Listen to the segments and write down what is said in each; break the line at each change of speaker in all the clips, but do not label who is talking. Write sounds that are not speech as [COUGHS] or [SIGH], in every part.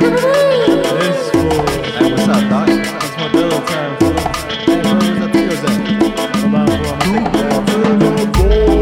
This fool.
Hey, what's up, Doc? Hey,
It's Modelo time, fool.
bro, where's that Tito's at?
Hold on, fool. I'm gonna take a nap.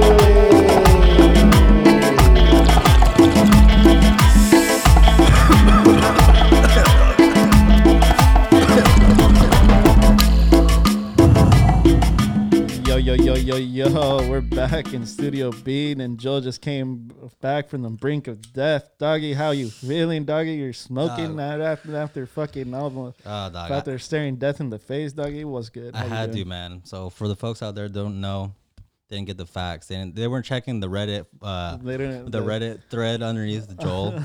Yo, yo, yo, yo, yo. We're back in Studio B, and Joe just came back from the brink of death. Doggy, how you feeling, doggy? You're smoking
Uh,
that after, after fucking album.
Oh, dog.
Out there staring death in the face, doggy. It was good.
I
How you
had to,
doing?
man. So for the folks out there don't know, didn't get the facts. They, didn't, they weren't checking the Reddit, uh,
They didn't-
the Reddit thread underneath the
[LAUGHS]
Joel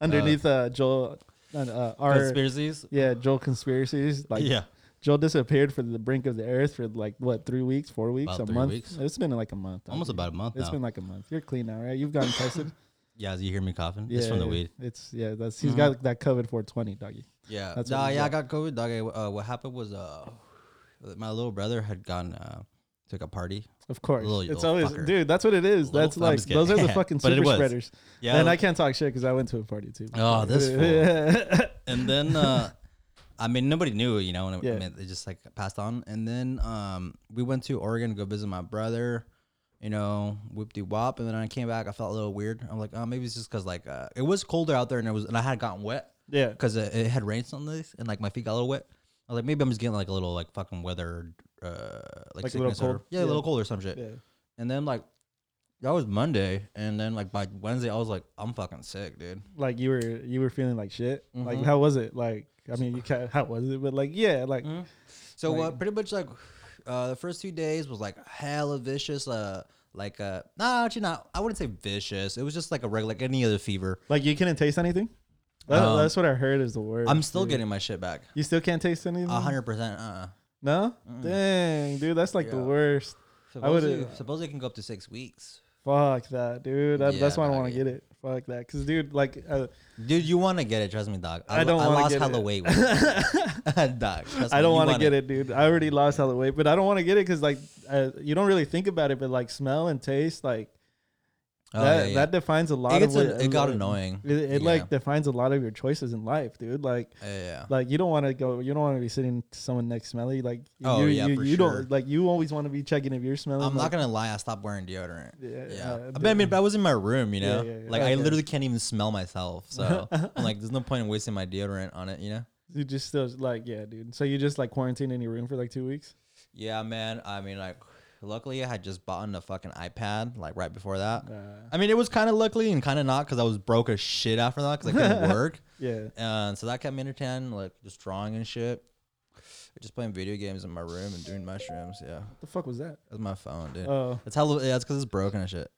underneath uh, Joel. Uh, uh, our
conspiracies.
yeah, Joel conspiracies. Like
Yeah.
Joel disappeared for the brink of the earth for like what three weeks, four weeks,
About
a
three
month.
weeks.
It's been like a month.
Almost
doggy.
about a month
It's
now.
been like a month. You're clean now, right? You've gotten
[LAUGHS]
tested.
Yeah, you hear me coughing? it's from the weed. Mm-hmm.
It's yeah. That's he's got that covered 420, doggy.
Yeah,
That's what
nah,
we
yeah, I got COVID, dog. I, Uh, what happened was, uh, my little brother had gone uh, took a party.
Of course,
Little-
it's
little
always
fucker.
dude. That's what it is.
Little-
that's
I'm
like
just kidding.
those are the fucking
[LAUGHS] But it
super
was.
spreaders.
Yeah,
and
it-
I can't talk shit because I went to a party too. [LAUGHS]
Oh, this
yeah.
And then,
[LAUGHS]
uh, I mean, nobody knew, you know. And
Yeah.
I mean, it just like passed on. And then um, we went to Oregon to go visit my brother. You know, whoop de wop. And then I came back. I felt a little weird. I'm like, oh, maybe it's just because like uh, it was colder out there, and it was, and I had gotten wet
yeah.
[LAUGHS] because it, it had rained some days, and like my feet got a little wet. I was like, maybe I'm just getting like a little like fucking weather, uh, like,
Like a little
sickness or
cold?
yeah,
Yeah.
a little cold or some shit.
Yeah.
And then like that was Monday, and then like by Wednesday I was like, I'm fucking sick, dude.
Like you were you were feeling like shit. Like
Mhm.
how was it? Like I mean, you can't, how was it? But like yeah, like
So
Like-
uh, pretty much like [SIGHS] uh, the first two days was like hella vicious. Uh, like uh, nah, actually not. I wouldn't say vicious. It was just like a regular, like any other fever.
like you couldn't taste anything. That-
Um,
that's what I heard is the word.
I'm still getting my shit back.
You still can't taste anything.
A hundred percent. Uh.
No, dang, dude, that's like the
Yeah.
worst. I would've-
Supposedly, supposedly it can go up to six weeks.
Fuck that, dude. That, that's
Yeah,
why I don't
dog,
want to
yeah.
get it. Fuck that, cause dude, like, uh,
Dude, you want to get it? Trust me, dog.
I don't
I
wanna
lost
get
hella
it.
weight. with
[LAUGHS]
it. [LAUGHS] dog. trust
I
me,
don't
you
want to
want
get it. dude. I already lost all the weight, but I don't want to get it, cause like, uh, you don't really think about it, but like, smell and taste, like,
Oh,
that
yeah, yeah.
that defines a lot
it, gets
of.
an-
what-
it got
what-
annoying.
It, it
Yeah.
like defines a lot of your choices in life, dude. Like,
Yeah, yeah.
like you don't want to go. You don't want to be sitting to someone next smelly. Like,
Oh,
you,
yeah,
you,
for
you
sure.
don't like. You always want to be checking if you're smelling.
I'm
like,
not gonna lie, I stopped wearing deodorant.
Yeah,
Yeah,
uh,
I, mean, I mean, but I was in my room, you
Yeah,
know.
yeah, yeah.
Like I
Okay.
literally can't even smell myself,
[LAUGHS]
so I'm like, there's no point in wasting my deodorant on it, you know.
You just still like, yeah, dude. So you just like quarantine in your room for like two weeks.
Yeah, man. I mean, like, luckily I had just bought a fucking iPad like right before that. I mean, it was kind of luckily and kind of not because I was broke as shit after that because
[LAUGHS]
I couldn't work,
Yeah.
and so that kept me entertained, like just drawing and shit, just playing video games in my room and doing mushrooms. Yeah,
What the fuck was that?
that's my phone, dude.
Oh.
That's how. Yeah, that's because it's broken and shit.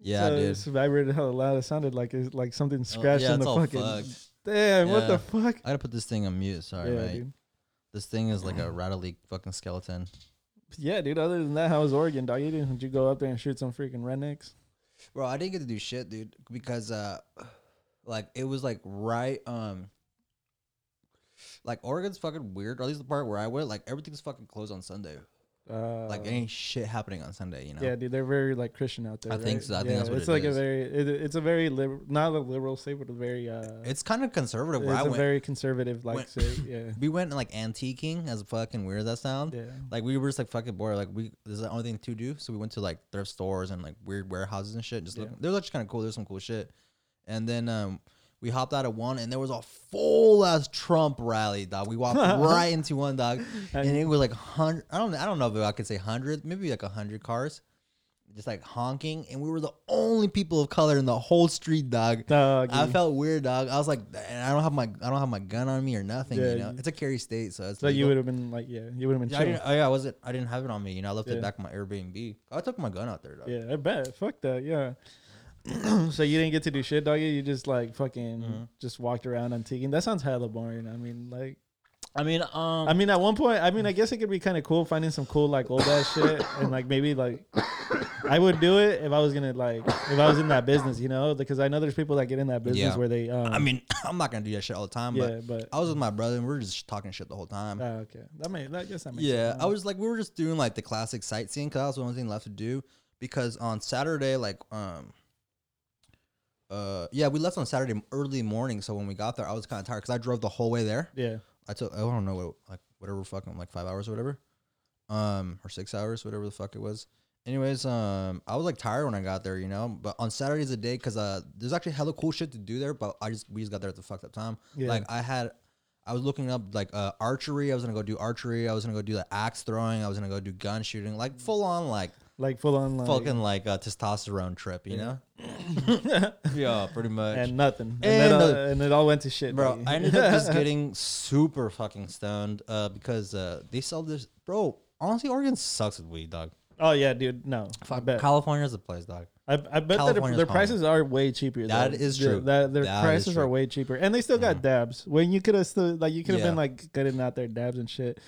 Yeah,
so
dude.
It's vibrated how loud it sounded like it's like something
Oh,
scratched
yeah,
in the
it's all
fucking.
fucked.
Damn, what the
Yeah.
fuck?
I gotta put this thing on mute. Sorry,
yeah,
mate.
dude.
This thing is like a rattly fucking skeleton.
Yeah, dude. Other than that, how was Oregon, dog? You didn't? Did you go up there and shoot some freaking rednecks?
Bro, I didn't get to do shit, dude, because uh, like it was like right um. Like Oregon's fucking weird, or at least the part where I went. Like everything's fucking closed on Sunday.
Uh,
Like ain't shit happening on Sunday, you know.
Yeah, dude, they're very like Christian out there.
I think
right?
so. I think
yeah,
that's what
it's
it
like a
is.
very, it, it's a very liberal, not a liberal state, but a very, uh,
It's kind of conservative where
it's
I
a
went.
very conservative like
went-
state.
[LAUGHS]
Yeah,
we went like antiquing, as fucking weird as that sounds.
yeah.
Like we were just like fucking bored. Like we this is the only thing to do. So we went to like thrift stores and like weird warehouses and shit. Just
Yeah.
looking. They're actually kind of cool. There's some cool shit. And then um we hopped out of one and there was a full ass Trump rally, dog.
[LAUGHS]
We walked right into one dog. And it was like hundred I don't I don't know if I could say hundred, maybe like a hundred cars. Just like honking, and we were the only people of color in the whole street, dog.
Doggy.
I felt weird, dog. I was like, and I don't have my, I don't have my gun on me or nothing.
Yeah,
you know,
you-
it's a carry state, so it's
So you
legal.
would have been like, yeah, you would have been
Yeah, I
chilling.
didn't, oh yeah, I wasn't. I didn't have it on me. You know, I left
Yeah.
it back in my Airbnb. I took my gun out there, dog.
Yeah, I bet. Fuck that. Yeah. [CLEARS THROAT] so you didn't get to do shit, doggy. You just like fucking
Mm-hmm.
just walked around antiquing. That sounds hella boring. I mean, like,
I mean, um,
I mean, at one point, I mean, I guess it could be kind of cool finding some cool like old ass shit, and like maybe like I would do it if I was gonna like if I was in that business, you know, because I know there's people that get in that business
Yeah.
where they, um,
I mean, [LAUGHS] I'm not gonna do that shit all the time.
yeah,
But
but
I was with my brother, and we were just talking shit the whole time.
ah, okay, that may, that guess that makes
yeah,
sense.
I was like, we were just doing like the classic sightseeing because that was the only thing left to do. Because on Saturday, like, um, uh, yeah, we left on Saturday m- early morning. So when we got there, I was kind of tired because I drove the whole way there.
Yeah.
I took I don't know what like whatever fucking like five hours or whatever, um or six hours whatever the fuck it was. Anyways, um I was like tired when I got there, you know. But on Saturday's a day because uh there's actually hella cool shit to do there. But I just we just got there at the fucked up time.
Yeah.
Like I had I was looking up like uh, archery. I was gonna go do archery. I was gonna go do the axe throwing. I was gonna go do gun shooting. Like full on like
Like full on like
fucking like a testosterone trip, you know?
[LAUGHS]
[LAUGHS] yeah, pretty much.
and nothing. And,
And
then, uh,
the-
and it all went to shit.
bro,
dude.
I ended
[LAUGHS]
up just getting super fucking stoned uh, because uh, they sell this. Bro, honestly, Oregon sucks with weed, dog.
oh yeah, dude. No, I bet.
California's the place, dog.
I, I bet that
California's
their
calling.
prices are way cheaper.
That
though.
is
Yeah,
true.
That their
That is
prices are
true. Mm-hmm.
way cheaper, and they still got dabs. When you could have still like you could have
Yeah. Mm-hmm.
been like getting out there dabs and shit.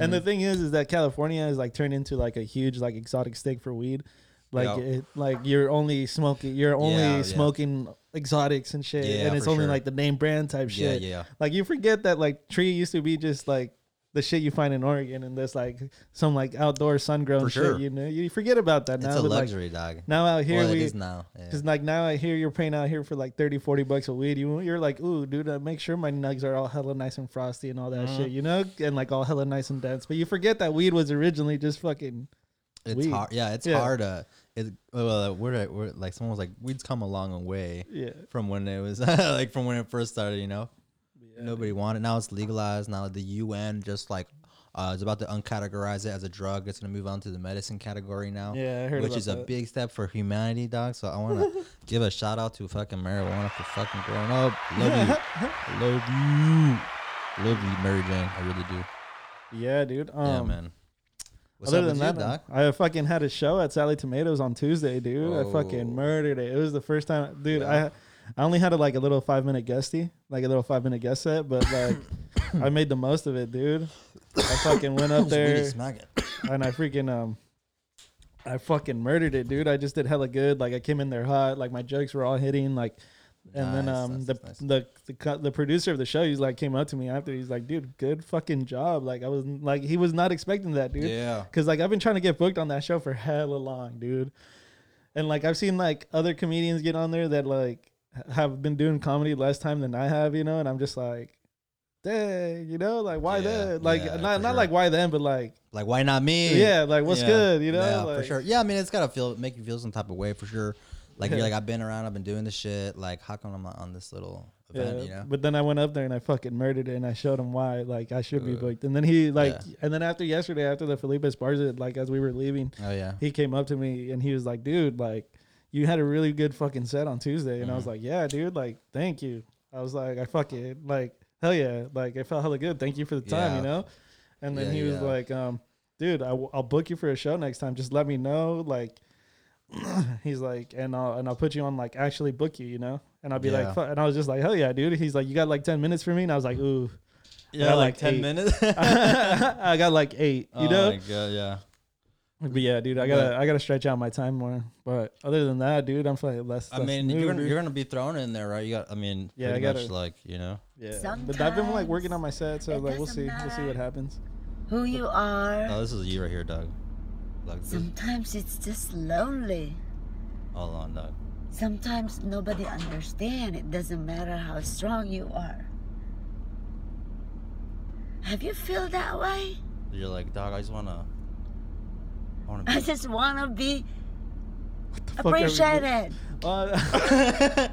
And the thing is, is that California is like turned into like a huge like exotic steak for weed. Like
Yeah.
it, like you're only smoking, you're only
Yeah, yeah.
smoking exotics and shit,
Yeah,
and it's
for
only
sure.
like the name brand type
Yeah,
shit.
yeah.
Like you forget that like tree used to be just like the shit you find in Oregon, and there's like some like outdoor sun grown
For
shit.
sure.
You know, you forget about that now.
It's a
but, like,
luxury, dog.
now out here
well,
we
it is now. yeah.
Cause like now I hear you're paying out here for like 30, 40 bucks a weed. You you're like, ooh, dude, uh, make sure my nugs are all hella nice and frosty and all that
Mm-hmm.
shit, you know, and like all hella nice and dense. But you forget that weed was originally just fucking.
It's
weed.
hard. Yeah, it's
Yeah.
hard. Uh, it, well, we're, at- we're like someone was like, weed's come a long way
Yeah.
from when it was [LAUGHS] like from when it first started. You know, nobody wanted. Now it's legalized. Now the UN just like uh, is about to uncategorize it as a drug. It's gonna move on to the medicine category now.
Yeah, I heard
which
about
is a
that.
big step for humanity, dog. So
[LAUGHS]
I want to give a shout out to fucking marijuana for fucking growing up.
[LAUGHS]
Love you, I love you, love you, Mary Jane. I really do.
Yeah, dude. Um,
yeah, man. What's
other
up
than
with you,
that,
doc?
I fucking had a show at Sally Tomatoes on Tuesday, dude. I fucking
Oh.
murdered it. It was the first time, dude.
Yeah.
I I only had a, like a little five minute guesty, like a little five minute guest set, but like
[COUGHS]
I made the most of it, dude. I fucking went up
It's weird
there.
to smack it.
and I freaking um, I fucking murdered it, dude. I just did hella good. Like I came in there hot. Like my jokes were all hitting. Like, and then
Nice,
um,
nice,
the,
nice.
the the co- the producer of the show, he's like came up to me after. He's like, dude, good fucking job. Like I was like he was not expecting that, dude.
Yeah.
Cause like I've been trying to get booked on that show for hella long, dude. And like I've seen like other comedians get on there that like h- have been doing comedy less time than I have, you know. And I'm just like, dang, you know, like why
Yeah,
then? Like
yeah,
not
for
not
sure.
like why then, but like
Like, why not me?
yeah, like what's
Yeah.
good, you know?
Yeah,
like,
for sure. Yeah, I mean, it's gotta feel make you feel some type of way for sure. Like
Yeah.
you're like, I've been around, I've been doing this shit. Like, how come I'm not on this little event?
Yeah.
You know?
But then I went up there and I fucking murdered it and I showed him why like I should be booked. And then he like
yeah.
and then after yesterday after the Felipe Esparza like as we were leaving, [LAUGHS]
Oh yeah.
he came up to me and he was like, "Dude, like you had a really good fucking set on Tuesday." And I
Mm-hmm.
was like, "Yeah, dude, like thank you." I was like, "I fuck it. Like hell yeah. Like I felt hella good. Thank you for the time, you
Yeah.
know?" And then he
Yeah,
was
yeah.
like, um, "Dude, I w- I'll book you for a show next time. Just let me know like [CLEARS THROAT] he's like, and I'll and I'll put you on like actually book you, you know. And I'll be
Yeah.
like, "Fuck," and I was just like, hell yeah, dude. He's like, you got like ten minutes for me, and I was like,
[LAUGHS]
ooh, [LAUGHS]
Yeah,
got
like,
like
ten
eight. [LAUGHS]
minutes.
I got like eight, you
Oh
know.
my God, yeah.
But yeah, dude, I gotta I gotta stretch out my time more. But other than that, dude, I'm fucking less.
I
less
mean,
new,
you're gonna
dude.
you're gonna be thrown in there, right? You got. I mean,
Yeah, I
pretty
gotta-
much like you know.
yeah. But I've been like working on my set, so
Sometimes
like we'll
it
see, we'll
doesn't
see what
matter.
happens.
who you are.
No, Oh, this is you right here, Doug. Like, this-
Sometimes it's just lonely.
hold on, Doug.
Sometimes nobody understands. It doesn't matter how strong you are. Have you feel that way? [LAUGHS]
You're like, Doug. I just wanna. I wanna.
I
Be-
just wanna be
Fuck everybody.
appreciated.
[LAUGHS]
[LAUGHS]
Uh,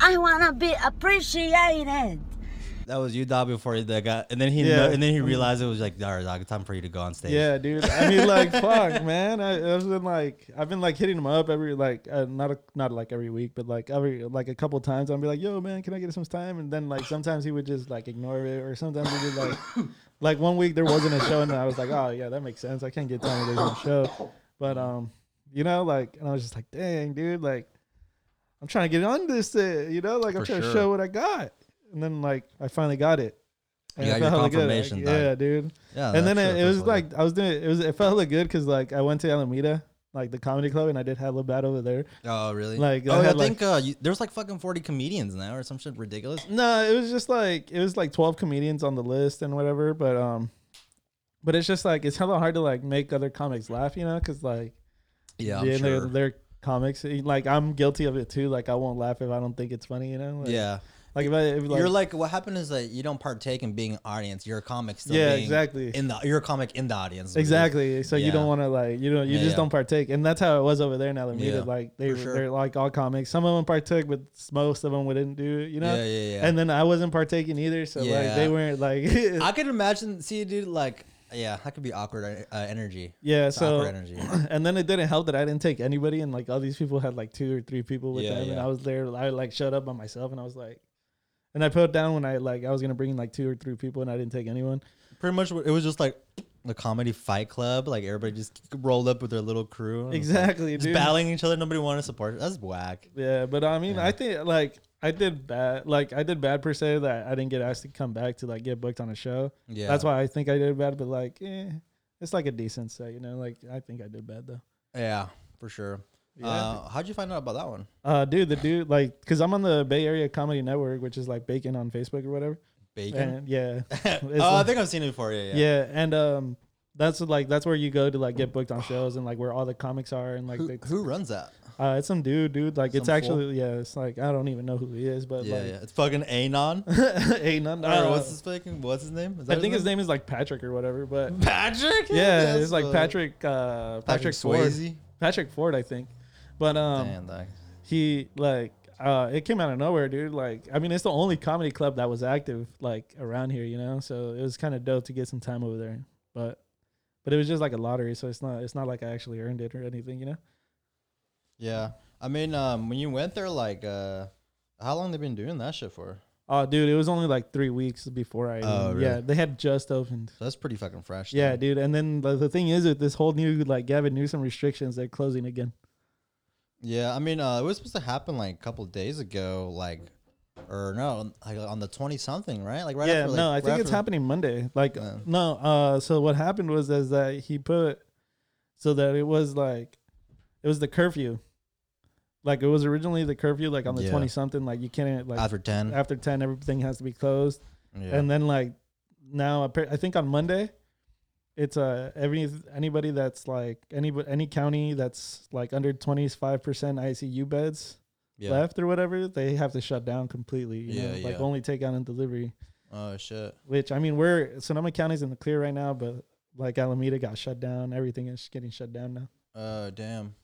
I wanna be appreciated.
that was you, Doug, before the guy, and then he
Yeah.
kno- and then he realized it was like, all right, Doug, time for you to go on stage.
Yeah, dude. I mean,
[LAUGHS]
like, fuck, man. I, I've been like, I've been like hitting him up every like, uh, not a, not like every week, but like every like a couple times. I'd be like, yo, man, can I get some time? And then like sometimes he would just like ignore it, or sometimes he'd be like, like one week there wasn't a show, and I was like, oh yeah, that makes sense. I can't get time if there's no show, but um, you know, like, and I was just like, dang, dude, like, I'm trying to get on this, thing, you know, like I'm
For
trying
sure.
to show what I got, and then like I finally got it. And
You
I
got your
felt really good.
confirmation, dog.
yeah, dude
Yeah.
and
that's
then it,
true,
it was
that's what
like I was doing it was it felt like good because like I went to Alameda like the comedy club and I did hella bad over there.
Oh really?
Like, I
oh, I,
had, like-
think uh, you, there's like fucking forty comedians now or some shit ridiculous.
No, it was just like it was like twelve comedians on the list and whatever, but um, but it's just like it's hella hard to like make other comics laugh, you know, because like
Yeah,
yeah,
I'm
they're
sure.
they're comics. Like I'm guilty of it too. Like I won't laugh if I don't think it's funny. You know. Like,
yeah.
Like if I if like,
you're like what happened is that you don't partake in being an audience. You're a comic still.
Yeah,
being
exactly.
In the you're a comic in the audience.
Exactly. So you
Yeah.
don't want to like you don't you
Yeah,
just
yeah.
don't partake, and that's how it was over there. in Alameda,
Yeah,
like they
for
were
sure.
they're like all comics. Some of them partook, but s- most of them wouldn't do it. You know.
Yeah, yeah, yeah.
And then I wasn't partaking either, so like they
Yeah.
weren't like. [LAUGHS]
I could imagine. See, dude, like yeah, that could be awkward uh, energy.
yeah.
It's
So.
awkward energy.
[CLEARS THROAT] And then it didn't help that I didn't take anybody, and like all these people had like two or three people with
Yeah,
them, and
yeah.
I was there. I like showed up by myself, and I was like, and I put down when I like I was gonna bring like two or three people, and I didn't take anyone.
Pretty much, what- it was just like the comedy fight club. Like everybody just rolled up with their little crew. and it's like,
Exactly,
Just
dude.
battling each other. Nobody wanted to support. That's whack.
Yeah, but I mean,
Yeah.
I think like I did bad. Like I did bad per se that I didn't get asked to come back to like get booked on a show.
Yeah.
That's why I think I did bad. But like, eh, it's like a decent set, you know. Like I think I did bad though.
Yeah, for sure.
Yeah.
Uh, how'd you find out about that one?
Uh, dude, the dude like, cause I'm on the Bay Area Comedy Network, which is like Bacon on Facebook or whatever.
Bacon. [LAUGHS]
And yeah,
oh, I
like-
think I've seen it before. Yeah.
yeah,
Yeah.
and um, that's like that's where you go to like get booked on shows and like where all the comics are and like
Who,
they,
who runs that?
uh, it's some dude, dude. Like it's
Some fool?
actually yeah, it's like I don't even know who he is, but
Yeah,
like
yeah. It's fucking
[LAUGHS]
Anon. or
ain't none. uh,
what's his fucking? What's his name? Is
I think his name is like Patrick or whatever, but
Patrick.
yeah,
That's
it's like
what-
Patrick uh, Patrick, Ford.
Swayze.
Patrick Ford, I think. But um,
Damn, dog.
he like uh, it came out of nowhere, dude. Like, I mean, it's the only comedy club that was active like around here, you know. So it was kind of dope to get some time over there, but but it was just like a lottery, so it's not it's not like I actually earned it or anything, you know.
Yeah. I mean, um, when you went there, like, uh, how long they been doing that shit for?
Oh, dude, it was only like three weeks before I.
Oh,
even-
really?
Yeah, they had just opened.
So that's pretty fucking fresh.
Yeah,
then.
dude. And then the, the thing is, with this whole new like Gavin Newsom restrictions, they're closing again.
Yeah. I mean, uh, it was supposed to happen like a couple days ago, like, or no, like on the twenty something, right? Like right
yeah,
after. Like,
no, I think
right
it's
after-
happening Monday. Like,
Yeah.
no, uh, so what happened was is that he put so that it was like it was the curfew, like it was originally the curfew, like on the
Yeah.
twenty something, like you can't like
after ten.
after ten everything has to be closed,
yeah.
and then like now appa- I think on Monday. It's uh every anybody that's like any any county that's like under twenty five percent ICU beds
yeah.
left or whatever they have to shut down completely. You
Yeah,
know? like
yeah.
only take out and delivery
Oh shit.
which I mean, we're Sonoma County's in the clear right now, but like Alameda got shut down. Everything is getting shut down now.
Oh damn.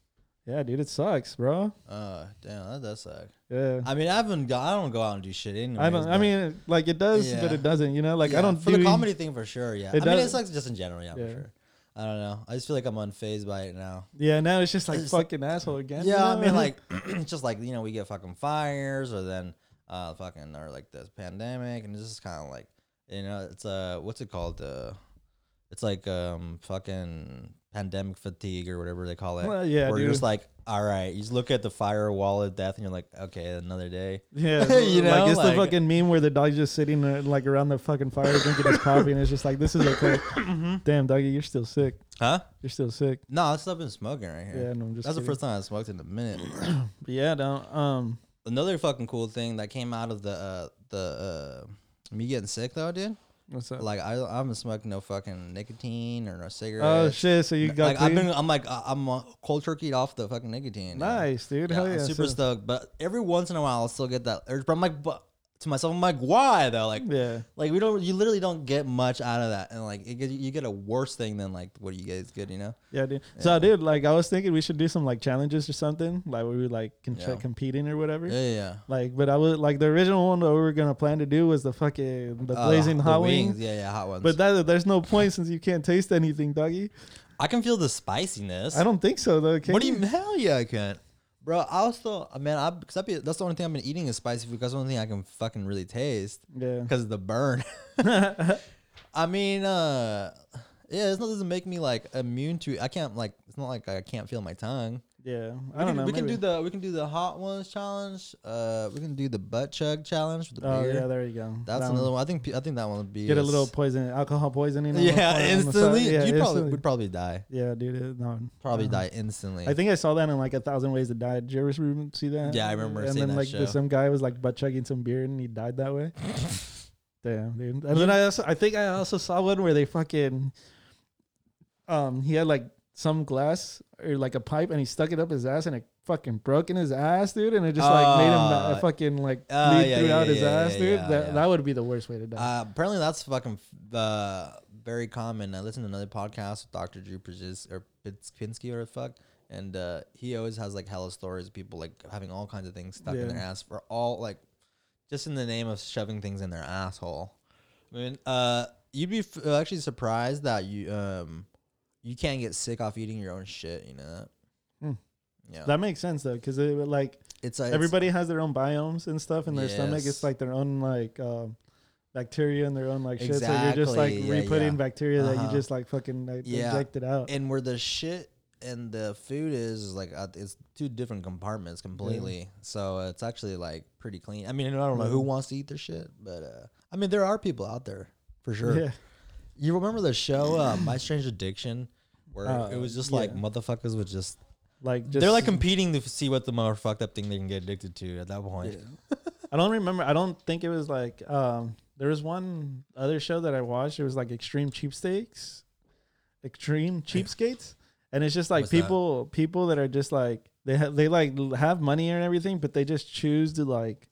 Yeah, dude, it sucks, bro.
Oh damn. That does suck.
Yeah.
I mean, I haven't. Go, I don't go out and do shit anyway.
I don't. I mean, like it does, but
Yeah.
it doesn't. You know, like I don't
for
do
the comedy thing for sure. Yeah,
It
I mean, it
does-
sucks just in general. Yeah,
Yeah.
for sure. I don't know. I just feel like I'm unfazed by it now.
Yeah, now it's just like
It's-
fucking asshole again.
Yeah,
you
I
know?
mean, like [CLEARS THROAT] it's just like you know we get fucking fires or then uh fucking or like this pandemic and it's just kind of like you know it's uh what's it called uh it's like um fucking pandemic fatigue or whatever they call it.
Well, yeah,
where you're
dude.
just like all right, you just look at the fire wall of death and you're like okay another day.
[LAUGHS] yeah, [LAUGHS]
you know,
like it's
like-
the fucking meme where the dog's just sitting uh, like around the fucking fire drinking his coffee, and it's just like this is okay. [COUGHS] Damn, doggy, you're still sick.
Huh?
You're still sick.
No, I've been smoking right here.
Yeah, no, I'm just.
That's the
kidding.
first time I smoked in a minute. [CLEARS THROAT]
Yeah, don't. Um.
Another fucking cool thing that came out of the uh, the uh, me getting sick though, dude.
What's up?
Like I, I haven't smoked no fucking nicotine or no cigarettes.
oh shit! So you
N-
got
like I've
clean?
been, I'm like uh, I'm uh, cold turkey off the fucking nicotine. yeah.
nice, dude.
Yeah,
Hell
I'm
yeah!
super
so-
stoked. But every once in a while, I'll still get that urge. But I'm like, but to myself, I'm like, why though? Like,
Yeah.
like we don't, you literally don't get much out of that, and like it get, you get a worse thing than like what you guys get, you know?
Yeah, dude. So, dude, like, I was thinking we should do some like challenges or something, like where we like can
Yeah.
competing or whatever.
Yeah, yeah. yeah.
Like, but I was like the original one that we were gonna plan to do was the fucking the
Uh,
blazing
the
hot wings.
Yeah, yeah, hot ones.
But
But
that there's no point since you can't taste anything, doggy.
I can feel the spiciness.
I don't think so though. Can
What do you hell yeah I can't, bro? I also man, I because I be, that's the only thing I've been eating is spicy food. 'cause That's the only thing I can fucking really taste
Yeah.
because of the
[LAUGHS]
burn. [LAUGHS] I mean, uh, yeah, it's not doesn't make me like immune to. I can't like it's not like I can't feel my tongue.
Yeah,
We
I don't
can,
know.
We can do
maybe.
the we can do the hot ones challenge. Uh, we can do the butt chug challenge with the
Oh
beer.
yeah, there you go.
that's
That one.
another one. I think pe- I think that one would be
Get a
s-
little poison, alcohol poisoning. on the
Yeah,
fly- on the side.
instantly.
Yeah,
you probably
instantly.
would probably die.
Yeah, dude. it- No,
Probably
uh-huh.
die instantly.
I think I saw that in like a thousand ways to die. Did you ever re- see that?
Yeah, I remember
And
seeing
then
that
like
show.
some guy was like butt chugging some beer and he died that
[LAUGHS]
way. Damn, dude. And then I also I think I also saw one where they fucking um he had like some glass or like a pipe, and he stuck it up his ass, and it fucking broke in his ass, dude. And it just like made him
Uh,
uh, fucking like
uh,
bleed
yeah,
throughout
yeah,
his
yeah,
ass,
yeah,
dude.
yeah,
that
yeah.
that would be the worst way to die.
Uh, apparently, that's fucking f- uh, very common. I listened to another podcast with Dr. Drew Przis or Pins- Pinsky or the fuck, and uh, he always has like hella stories of people like having all kinds of things stuck in their
Yeah.
ass for all like just in the name of shoving things in their asshole. I mean, uh, you'd be f- uh, actually surprised that you um you can't get sick off eating your own shit. You know that?
Hmm.
Yeah,
that makes sense though, because it would, like
it's uh, it's-
everybody has their own biomes and stuff in their stomach. It's
Yes.
like their own like um, bacteria and their own like shit. So you're just like
Exactly, yeah,
re putting
yeah.
bacteria that you
Uh-huh.
just like fucking like,
Yeah.
injected out.
and where the shit and the food is, is like uh, it's two different compartments completely. So it's actually like pretty clean. I mean, I don't know who wants to eat their shit, but uh, I mean, there are people out there for
[LAUGHS]
sure.
Yeah.
You remember the show uh, My Strange Addiction, where
Uh,
it was just
yeah.
like motherfuckers would just,
Like just
they're like competing to f- see what the more fucked up thing they can get addicted to at that point.
I don't remember. I don't think it was like um there was one other show that I watched. It was like Extreme Cheapskates, Extreme Cheapskates, and it's just like
What's that?
people people that are just like they have they like l- have money and everything, but they just choose to like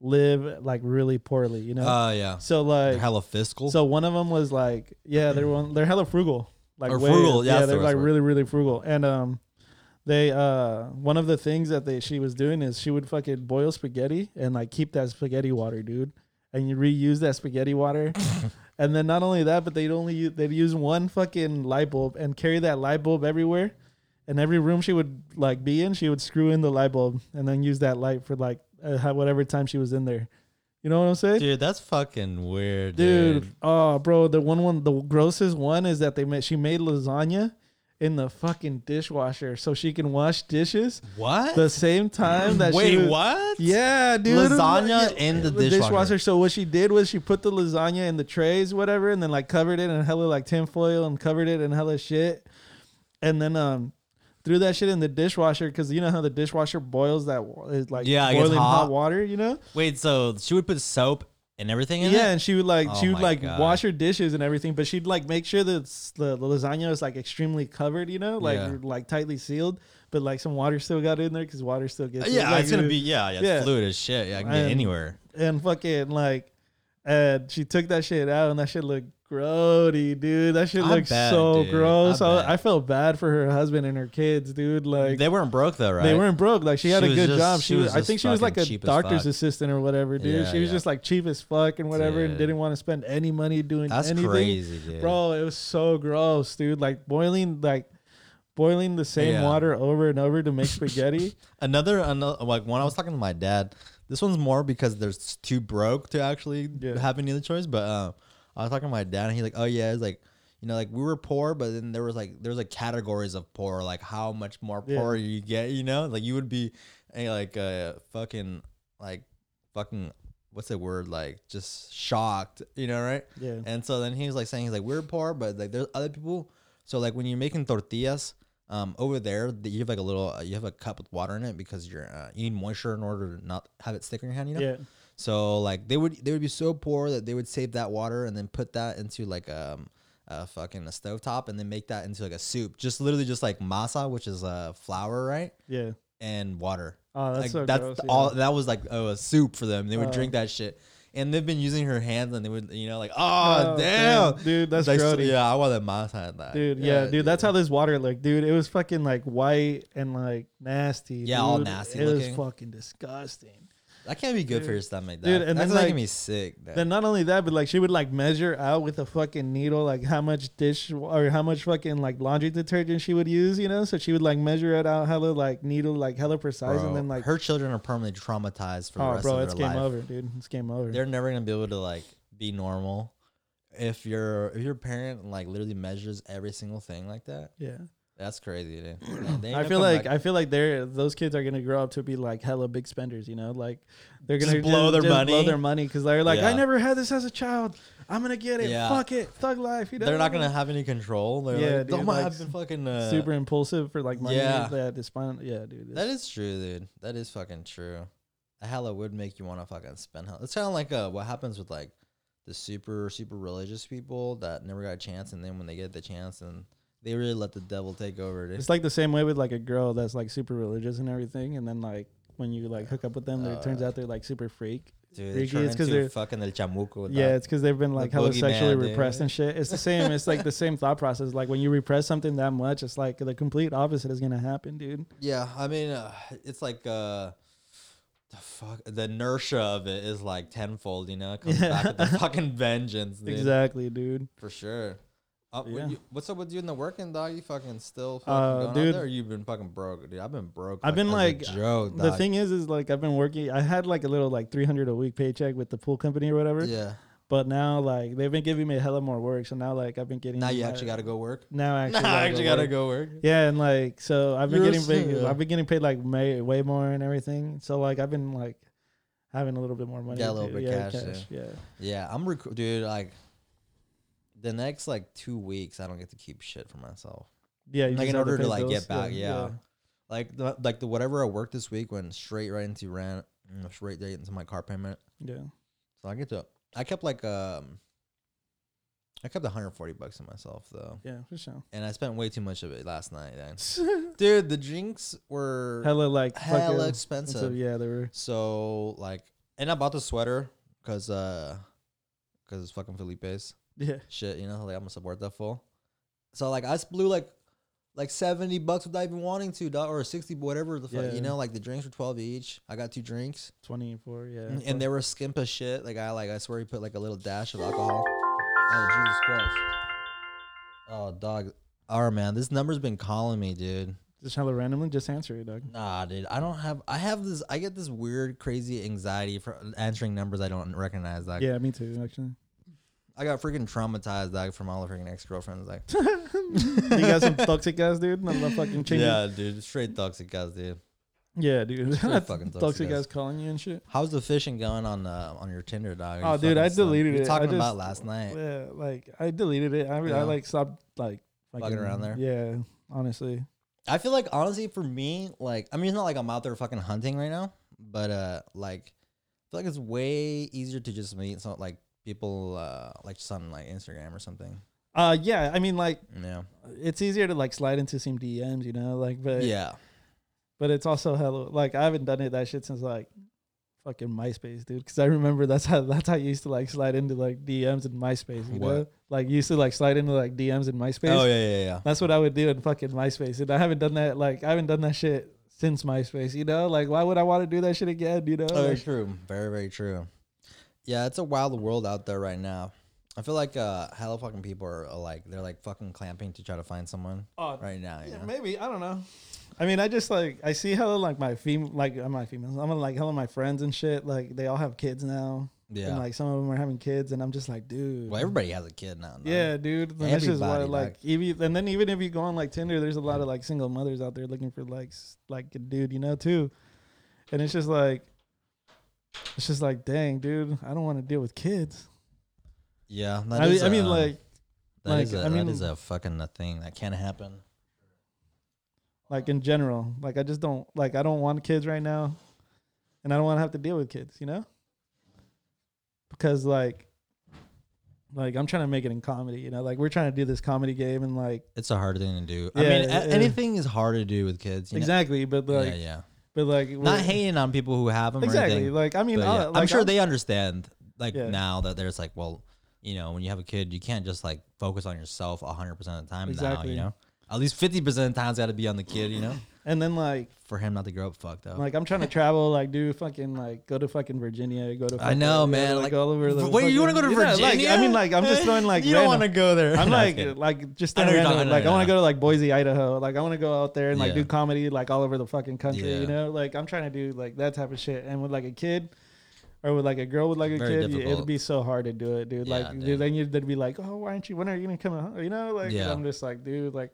live like really poorly, you know.
Oh yeah,
so
They're
like
hella fiscal.
so one of them was like yeah they're one they're hella frugal like
Or
way-
frugal, yeah,
yeah
that's the
they're
best
like
word.
really really frugal and um they uh one of the things that they she was doing is she would fucking boil spaghetti and like keep that spaghetti water dude and you reuse that spaghetti
[LAUGHS]
water and then not only that but they'd only use, they'd use one fucking light bulb and carry that light bulb everywhere and every room she would like be in she would screw in the light bulb and then use that light for like uh, how- whatever time she was in there you know what i'm saying
dude, that's fucking weird, dude.
dude. Oh, bro, the one one the grossest one is that they made she made lasagna in the fucking dishwasher so she can wash dishes
What?
the same time that
Wait,
she was-
what?
Yeah, dude.
Lasagna
Yeah,
in the dishwasher.
So what she did was she put the lasagna in the trays, whatever, and then like covered it in hella like tinfoil and covered it in hella shit, and then um. Threw that shit in the dishwasher because you know how the dishwasher boils that wa- it's like
Yeah, it gets
boiling hot
hot.
water, you know?
Wait, so she would put soap and everything in
yeah,
it?
and she would like she
Oh
would
my
like
God.
wash her dishes and everything, but she'd like make sure that s- the, the lasagna was like extremely covered, you know, like
Yeah.
like tightly sealed, but like some water still got in there because water still gets. in.
Yeah,
Like,
it's gonna
dude,
be yeah, yeah, it's
yeah.
fluid as shit. Yeah, I can
And-
get anywhere.
and fucking like, and she took that shit out and that shit looked grody, dude. That shit
I
looked
bet,
so
dude.
gross.
I
I,
bet.
I felt bad for her husband and her kids, dude. Like
they weren't broke though, right?
they weren't broke. Like she,
She
had a
was
good
just-
job. She,
she
was,
was
I
just
think she was like
fucking
a
cheap as
doctor's
fuck.
assistant or whatever, dude.
Yeah,
she was
yeah.
just like cheap as fuck and whatever, and
Dude.
didn't want to spend any money doing
That's
anything.
crazy, dude.
Bro, it was so gross, dude. Like boiling, like boiling the same
Yeah.
water over and over to make
[LAUGHS]
spaghetti.
Another another like when I was talking to my dad, this one's more because there's too broke to actually
Yeah.
have any other choice. But uh, I was talking to my dad and he's like, Oh yeah, it's like you know, like we were poor, but then there was like there was like categories of poor, like how much more
Yeah.
poor you get, you know? Like you would be a, like a fucking like fucking what's the word like just shocked, you know, right?
Yeah.
And so then he was like saying he's like we're poor, but like there's other people. So like when you're making tortillas, um, over there th- you have like a little uh, you have a cup with water in it because you're uh, you need moisture in order to not have it stick in your hand, you know.
yeah,
So like they would they would be so poor that they would save that water and then put that into like um a fucking a stovetop and then make that into like a soup. Just literally just like masa, which is uh, flour, right?
yeah.
And water.
Oh, that's
like,
so
that's
gross.
the-
yeah.
all that was like a soup for them. They would
Oh.
drink that shit. And they've been using her hands and they would you know like, oh,
Oh,
damn.
dude, that's
Like, so-
grody.
yeah, I want that masa in that.
Dude, yeah, dude, that's how this water looked, dude. It was fucking like white and like nasty.
Yeah, all
dude.
nasty
It
looking.
was fucking disgusting.
that can't be good for your stomach. That.
Dude,
Dude,
and
and that's
then,
making
like-
me sick. That.
Then not only that, but like she would like measure out with a fucking needle, like how much dish or how much fucking like laundry detergent she would use, you know. So she would like measure it out, hella like needle, like hella precise,
Bro,
and then like,
her children are permanently traumatized for the
oh,
rest
bro,
of
it's
their
game
life.
over, dude. It's game over.
They're never gonna be able to like be normal if your if your parent like literally measures every single thing like that.
yeah,
That's crazy,
[CLEARS THROAT]
dude. They- they ain't
I
gonna
feel
come
like
back.
I feel like they're those kids are gonna grow up to be like hella big spenders, you know. Like they're
Just
gonna
blow their
blow
money.
their money because they're like, I
Yeah.
never had this as a child. I'm gonna get it.
Yeah.
Fuck it, thug life. You know?
they're not gonna have any control. They're
Yeah,
like,
dude,
"Don't
like,
have been fucking uh,
super impulsive for like money.
Yeah.
Yeah, despite, yeah, dude.
That is true, dude. That is fucking true. A hella would make you want to fucking spend hell. It's kind of like uh, what happens with like the super super religious people that never got a chance, and then when they get the chance, and They really let the devil take over. dude.
It's like the same way with like a girl that's like super religious and everything, and then like when you like hook up with them,
Uh,
it turns out they're like super freak.
Dude,
freaky.
they turn
It's 'cause
into
they're-
fucking el chamuco. dog.
Yeah, it's because they've been like hella
boogeyman,
sexually
dude.
repressed and shit. It's the same. It's like the same thought process. Like when you repress something that much, it's like the complete opposite is gonna happen, dude.
Yeah, I mean, uh, it's like uh, the fuck, the inertia of it is like tenfold. You know, it comes back
[LAUGHS]
with the fucking vengeance. Dude,
Exactly, dude.
for sure. Uh, what
Yeah.
you- what's up with you in the working dog? You fucking still fucking
Uh,
going out
dude.
there? Or you've been fucking broke, dude. I've been broke.
I've been,
as a
like,
Joe.
The
dog.
thing is, is like I've been working. I had like a little like three hundred a week paycheck with the pool company or whatever.
Yeah.
But now like they've been giving me hella more work, so now like I've been getting.
Now you
my-
actually got to go work.
[LAUGHS] Now I
[LAUGHS]
actually,
Now I
gotta
actually
go
got to
work.
go work.
Yeah, and like so I've been
You're
getting paid.
sick.
I've been getting paid like may, way more and everything. So like I've been like having a little bit more money.
Got a little
too.
bit
yeah,
cash,
Yeah.
Yeah, I'm rec- dude. Like the next like two weeks, I don't get to keep shit for myself.
Yeah. you
like
just
in
have
order to
pay
like
bills.
get back, yeah. Like the like the whatever I worked this week went straight right into rent, mm, straight right into my car payment.
Yeah.
So I get to I kept like um I kept 140 bucks to myself though,
Yeah. For sure.
and I spent way too much of it last night. and- [LAUGHS] Dude, the drinks were hella,
hella like fucking
expensive.
Yeah, they were. [LAUGHS]
So like, and I bought the sweater because uh because it's fucking Felipe's.
Yeah.
shit, you know, like I'm gonna support that fool. So like I just blew like like seventy bucks without even wanting to, dog, or sixty, whatever the fuck,
Yeah.
you know, like the drinks were twelve each. I got two drinks,
Twenty four. Yeah.
and- and they were skimp as shit. Like I like I swear he put like a little dash of alcohol. Oh Jesus Christ! Oh dog, oh man, this number's been calling me, dude.
just hella randomly. Just answer it, dog.
Nah, dude, I don't have. I have this. I get this weird, crazy anxiety for answering numbers I don't recognize. Like
Yeah, me too. Actually,
I got freaking traumatized, like from all the freaking ex
[LAUGHS]
girlfriends. Like
you got
[LAUGHS]
some toxic guys, dude. I'm not fucking changing. Yeah,
Yeah, dude, straight toxic guys,
[LAUGHS]
dude.
dude. [LAUGHS]
Straight fucking
toxic,
toxic
guys
guys.
calling you and shit.
How's the fishing going on uh, on your Tinder, dog?
Oh, dude, I deleted
we
it. I
Talking
just-
about last night.
Yeah, like I deleted it. I, re- I
Yeah.
like stopped like
Fucking around there.
Yeah, honestly.
I feel like honestly, for me, like I mean, it's not like I'm out there fucking hunting right now, but uh, like I feel like it's way easier to just meet some like people uh like just on like Instagram or something.
Uh, yeah. I mean, like
Yeah,
it's easier to like slide into some DMs, you know, like but
yeah.
but it's also hella like I haven't done it that shit since like fucking MySpace, dude. Because I remember that's how that's how you used to like slide into like DMs in MySpace, you
What?
know, like you used to like slide into like DMs in MySpace.
Oh yeah, yeah, yeah.
That's what I would do in fucking MySpace, and I haven't done that. Like I haven't done that shit since MySpace. You know, like why would I want to do that shit again? You know,
Oh,
Like,
very true. Very, very true. Yeah, it's a wild world out there right now. I feel like uh, hella fucking people are, uh, like they're like fucking clamping to try to find someone
Oh,
right now. You
yeah,
know?
maybe I don't know. I mean, I just like I see how like my fem like I'm my females. I'm like hella my friends and shit. Like they all have kids now,
Yeah.
and like some of them are having kids, and I'm just like, dude.
well, everybody has a kid now. dog.
Yeah, dude. And This is why,
Everybody,
like, even and then even if you go on like Tinder, there's a lot of like single mothers out there looking for like s- like a dude, you know, too. And it's just like, it's just like, dang, dude, I don't want to deal with kids.
Yeah. that
I mean,
is uh,
I mean,
a-
like,
that is
like,
a-
I mean-
that is a fucking a thing that can't happen.
like in general, like I just don't like I don't want kids right now, and I don't want to have to deal with kids, you know. Because like, like I'm trying to make it in comedy, you know, like we're trying to do this comedy game and like
It's a hard thing to do. I
Yeah,
mean, a-
yeah.
anything is hard to do with kids. You
exactly, but
Know?
like,
yeah, yeah.
but like
Not
we're-
hating on people who have them. Or
Exactly.
anything,
Like I mean,
but
I'll-
yeah. I'm
like,
sure
I'll-
they understand. Like
Yeah.
now that there's like, well, you know, when you have a kid, you can't just like focus on yourself 100 percent of the time. Now,
Exactly.
you know, at least 50 percent of the time's got to be on the kid. You know,
And then like
for him not to grow up fucked up.
like I'm trying to travel, like do fucking like go to fucking Virginia, go to.
I
fucking-
know,
yeah,
man. Like,
all over the.
wait, you want to go to
fucking- Yeah, like,
Virginia?
I mean, like I'm just throwing like.
[LAUGHS] you don't
random-
want to go there.
I'm
[LAUGHS] No,
like,
kidding.
like just
I know you're
random,
talking- I know,
like
I
I want to
know.
go to like Boise, Idaho. Like I want to go out there and like
Yeah.
do comedy like all over the fucking country. You
Yeah.
know, like I'm trying to do like that type of shit. And with like a kid, or with like a girl with like a
Very
kid, y- it'd
difficult.
be so hard to do it, dude.
Yeah,
like dude,
dude.
then you'd they'd be like, oh, why aren't you? When are you gonna come? out? You know, like
Yeah.
I'm just like, dude, like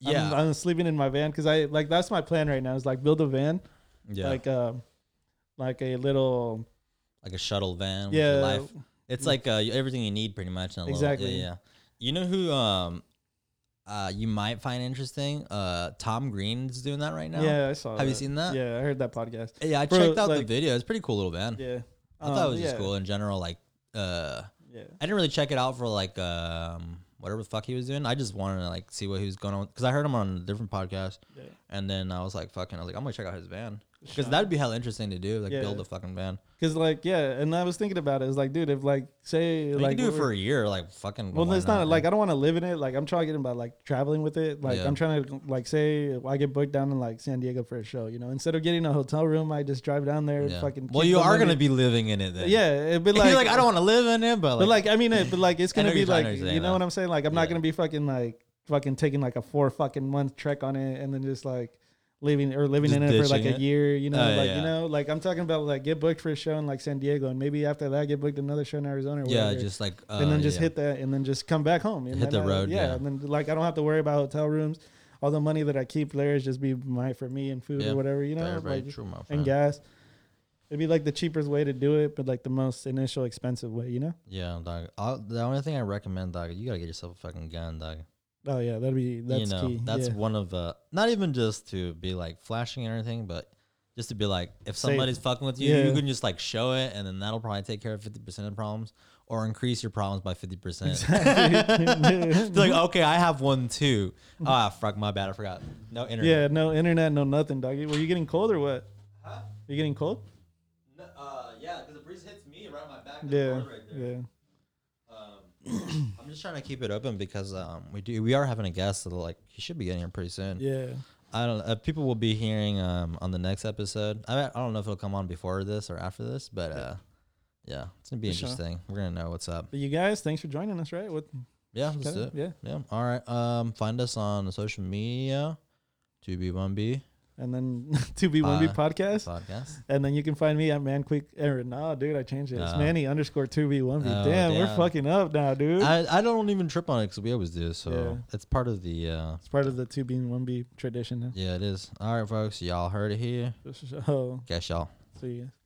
yeah,
I'm, I'm sleeping in my van because I like that's my plan right now is like build a van
yeah,
like
like,
uh like a little
a shuttle van. With
yeah
your life. It's like uh, everything you need, pretty much. In a Little,
Exactly.
yeah, yeah. You know who um, uh, you might find interesting? Uh, Tom Green's doing that right now.
yeah I saw
Have you seen that?
yeah I heard that podcast
Yeah, I
Bro,
checked out the
like-
video. It's a pretty cool little van.
yeah
I thought it
Um,
was just
yeah,
cool in general. Like, uh,
yeah
I didn't really check it out for like um, whatever the fuck he was doing. I just wanted to like see what he was going on because I heard him on a different podcast,
Yeah.
and then I was like, fucking, I was like, I'm gonna check out his van because that'd be hella interesting to do, like
Yeah.
build a fucking van.
Cause like yeah, and I was thinking about it. It's like, dude, if like say
You
like
can do it
we're-
for a year, like fucking.
well,
why
it's not,
man?
like I don't want to live in it. Like I'm trying to get about like traveling with it. Like
Yeah.
I'm trying to like say I get booked down in like San Diego for a show. You know, instead of getting a hotel room, I just drive down there.
Yeah.
Fucking.
Well,
keep
you
the
are
money.
gonna be living in it then.
Yeah, it'd be
Like,
like,
[LAUGHS] You're like I don't want to live in it, but like,
But like I mean it. But like it's
[LAUGHS] I know
gonna
what
be
you're trying
like
to
you
say,
know
though.
what I'm saying. Like I'm
Yeah.
not gonna be fucking like fucking taking like a four fucking month trek on it and then just like living or living
Just
in it for like
ditching
a
it?
year. You know,
Oh,
like
yeah.
you know, like I'm talking about like get booked for a show in like San Diego and maybe after that get booked another show in Arizona. Or
yeah,
whatever.
just like uh,
and then just
yeah.
hit that and then just come back home. and
Hit
then I-
the road, yeah.
And then like I don't have to worry about hotel rooms. All the money that I keep there is just be my for me and food
Yeah.
or whatever. You know,
Very, very
like,
true, my
and
friend.
gas. It'd be like the cheapest way to do it, but like the most initial expensive way. You know.
Yeah, dog. I'll, the only thing I recommend, dog, you gotta get yourself a fucking gun, dog.
Oh yeah, that'd be that's
you know,
key.
that's
yeah.
one of the not even just to be like flashing and everything, but just to be like, if
Safe.
somebody's fucking with you, you
Yeah.
can just like show it, and then that'll probably take care of fifty percent of problems, or increase your problems by fifty percent. [LAUGHS]
[LAUGHS]
like, okay, I have one too. Ah, fuck, my bad, I forgot. No
yeah,
internet.
no internet, no nothing, doggy. Were you getting cold or what? You getting cold?
Yeah, uh, yeah, because the breeze hits me right on my back.
Yeah, yeah.
Um, I'm just trying to keep it open because um, we do we are having a guest, so like he should be getting here pretty soon.
Yeah,
I don't. Uh, people will be hearing um on the next episode. I I don't know if it'll come on before this or after this, but uh, yeah, it's gonna be
For sure.
interesting. We're gonna know what's up.
but you guys, thanks for joining us. Right? What?
Yeah, that's
Okay,
it.
yeah.
yeah. All right. Um, find us on social media, two B one B
And then [LAUGHS] two B one B
Bye.
podcast.
podcast.
And then you can find me at Man Quick. Or, no, dude, I changed it. It's
No.
Manny underscore two B one B.
uh, Oh,
Damn, we're
damn.
fucking up now, dude.
I, I don't even trip on it because we always do. So
Yeah.
it's part of the. Uh,
it's part of the two B one B tradition. Now. [LAUGHS]
yeah, it is. All right, folks. Y'all heard it here.
So,
Guess y'all.
Oh, see ya.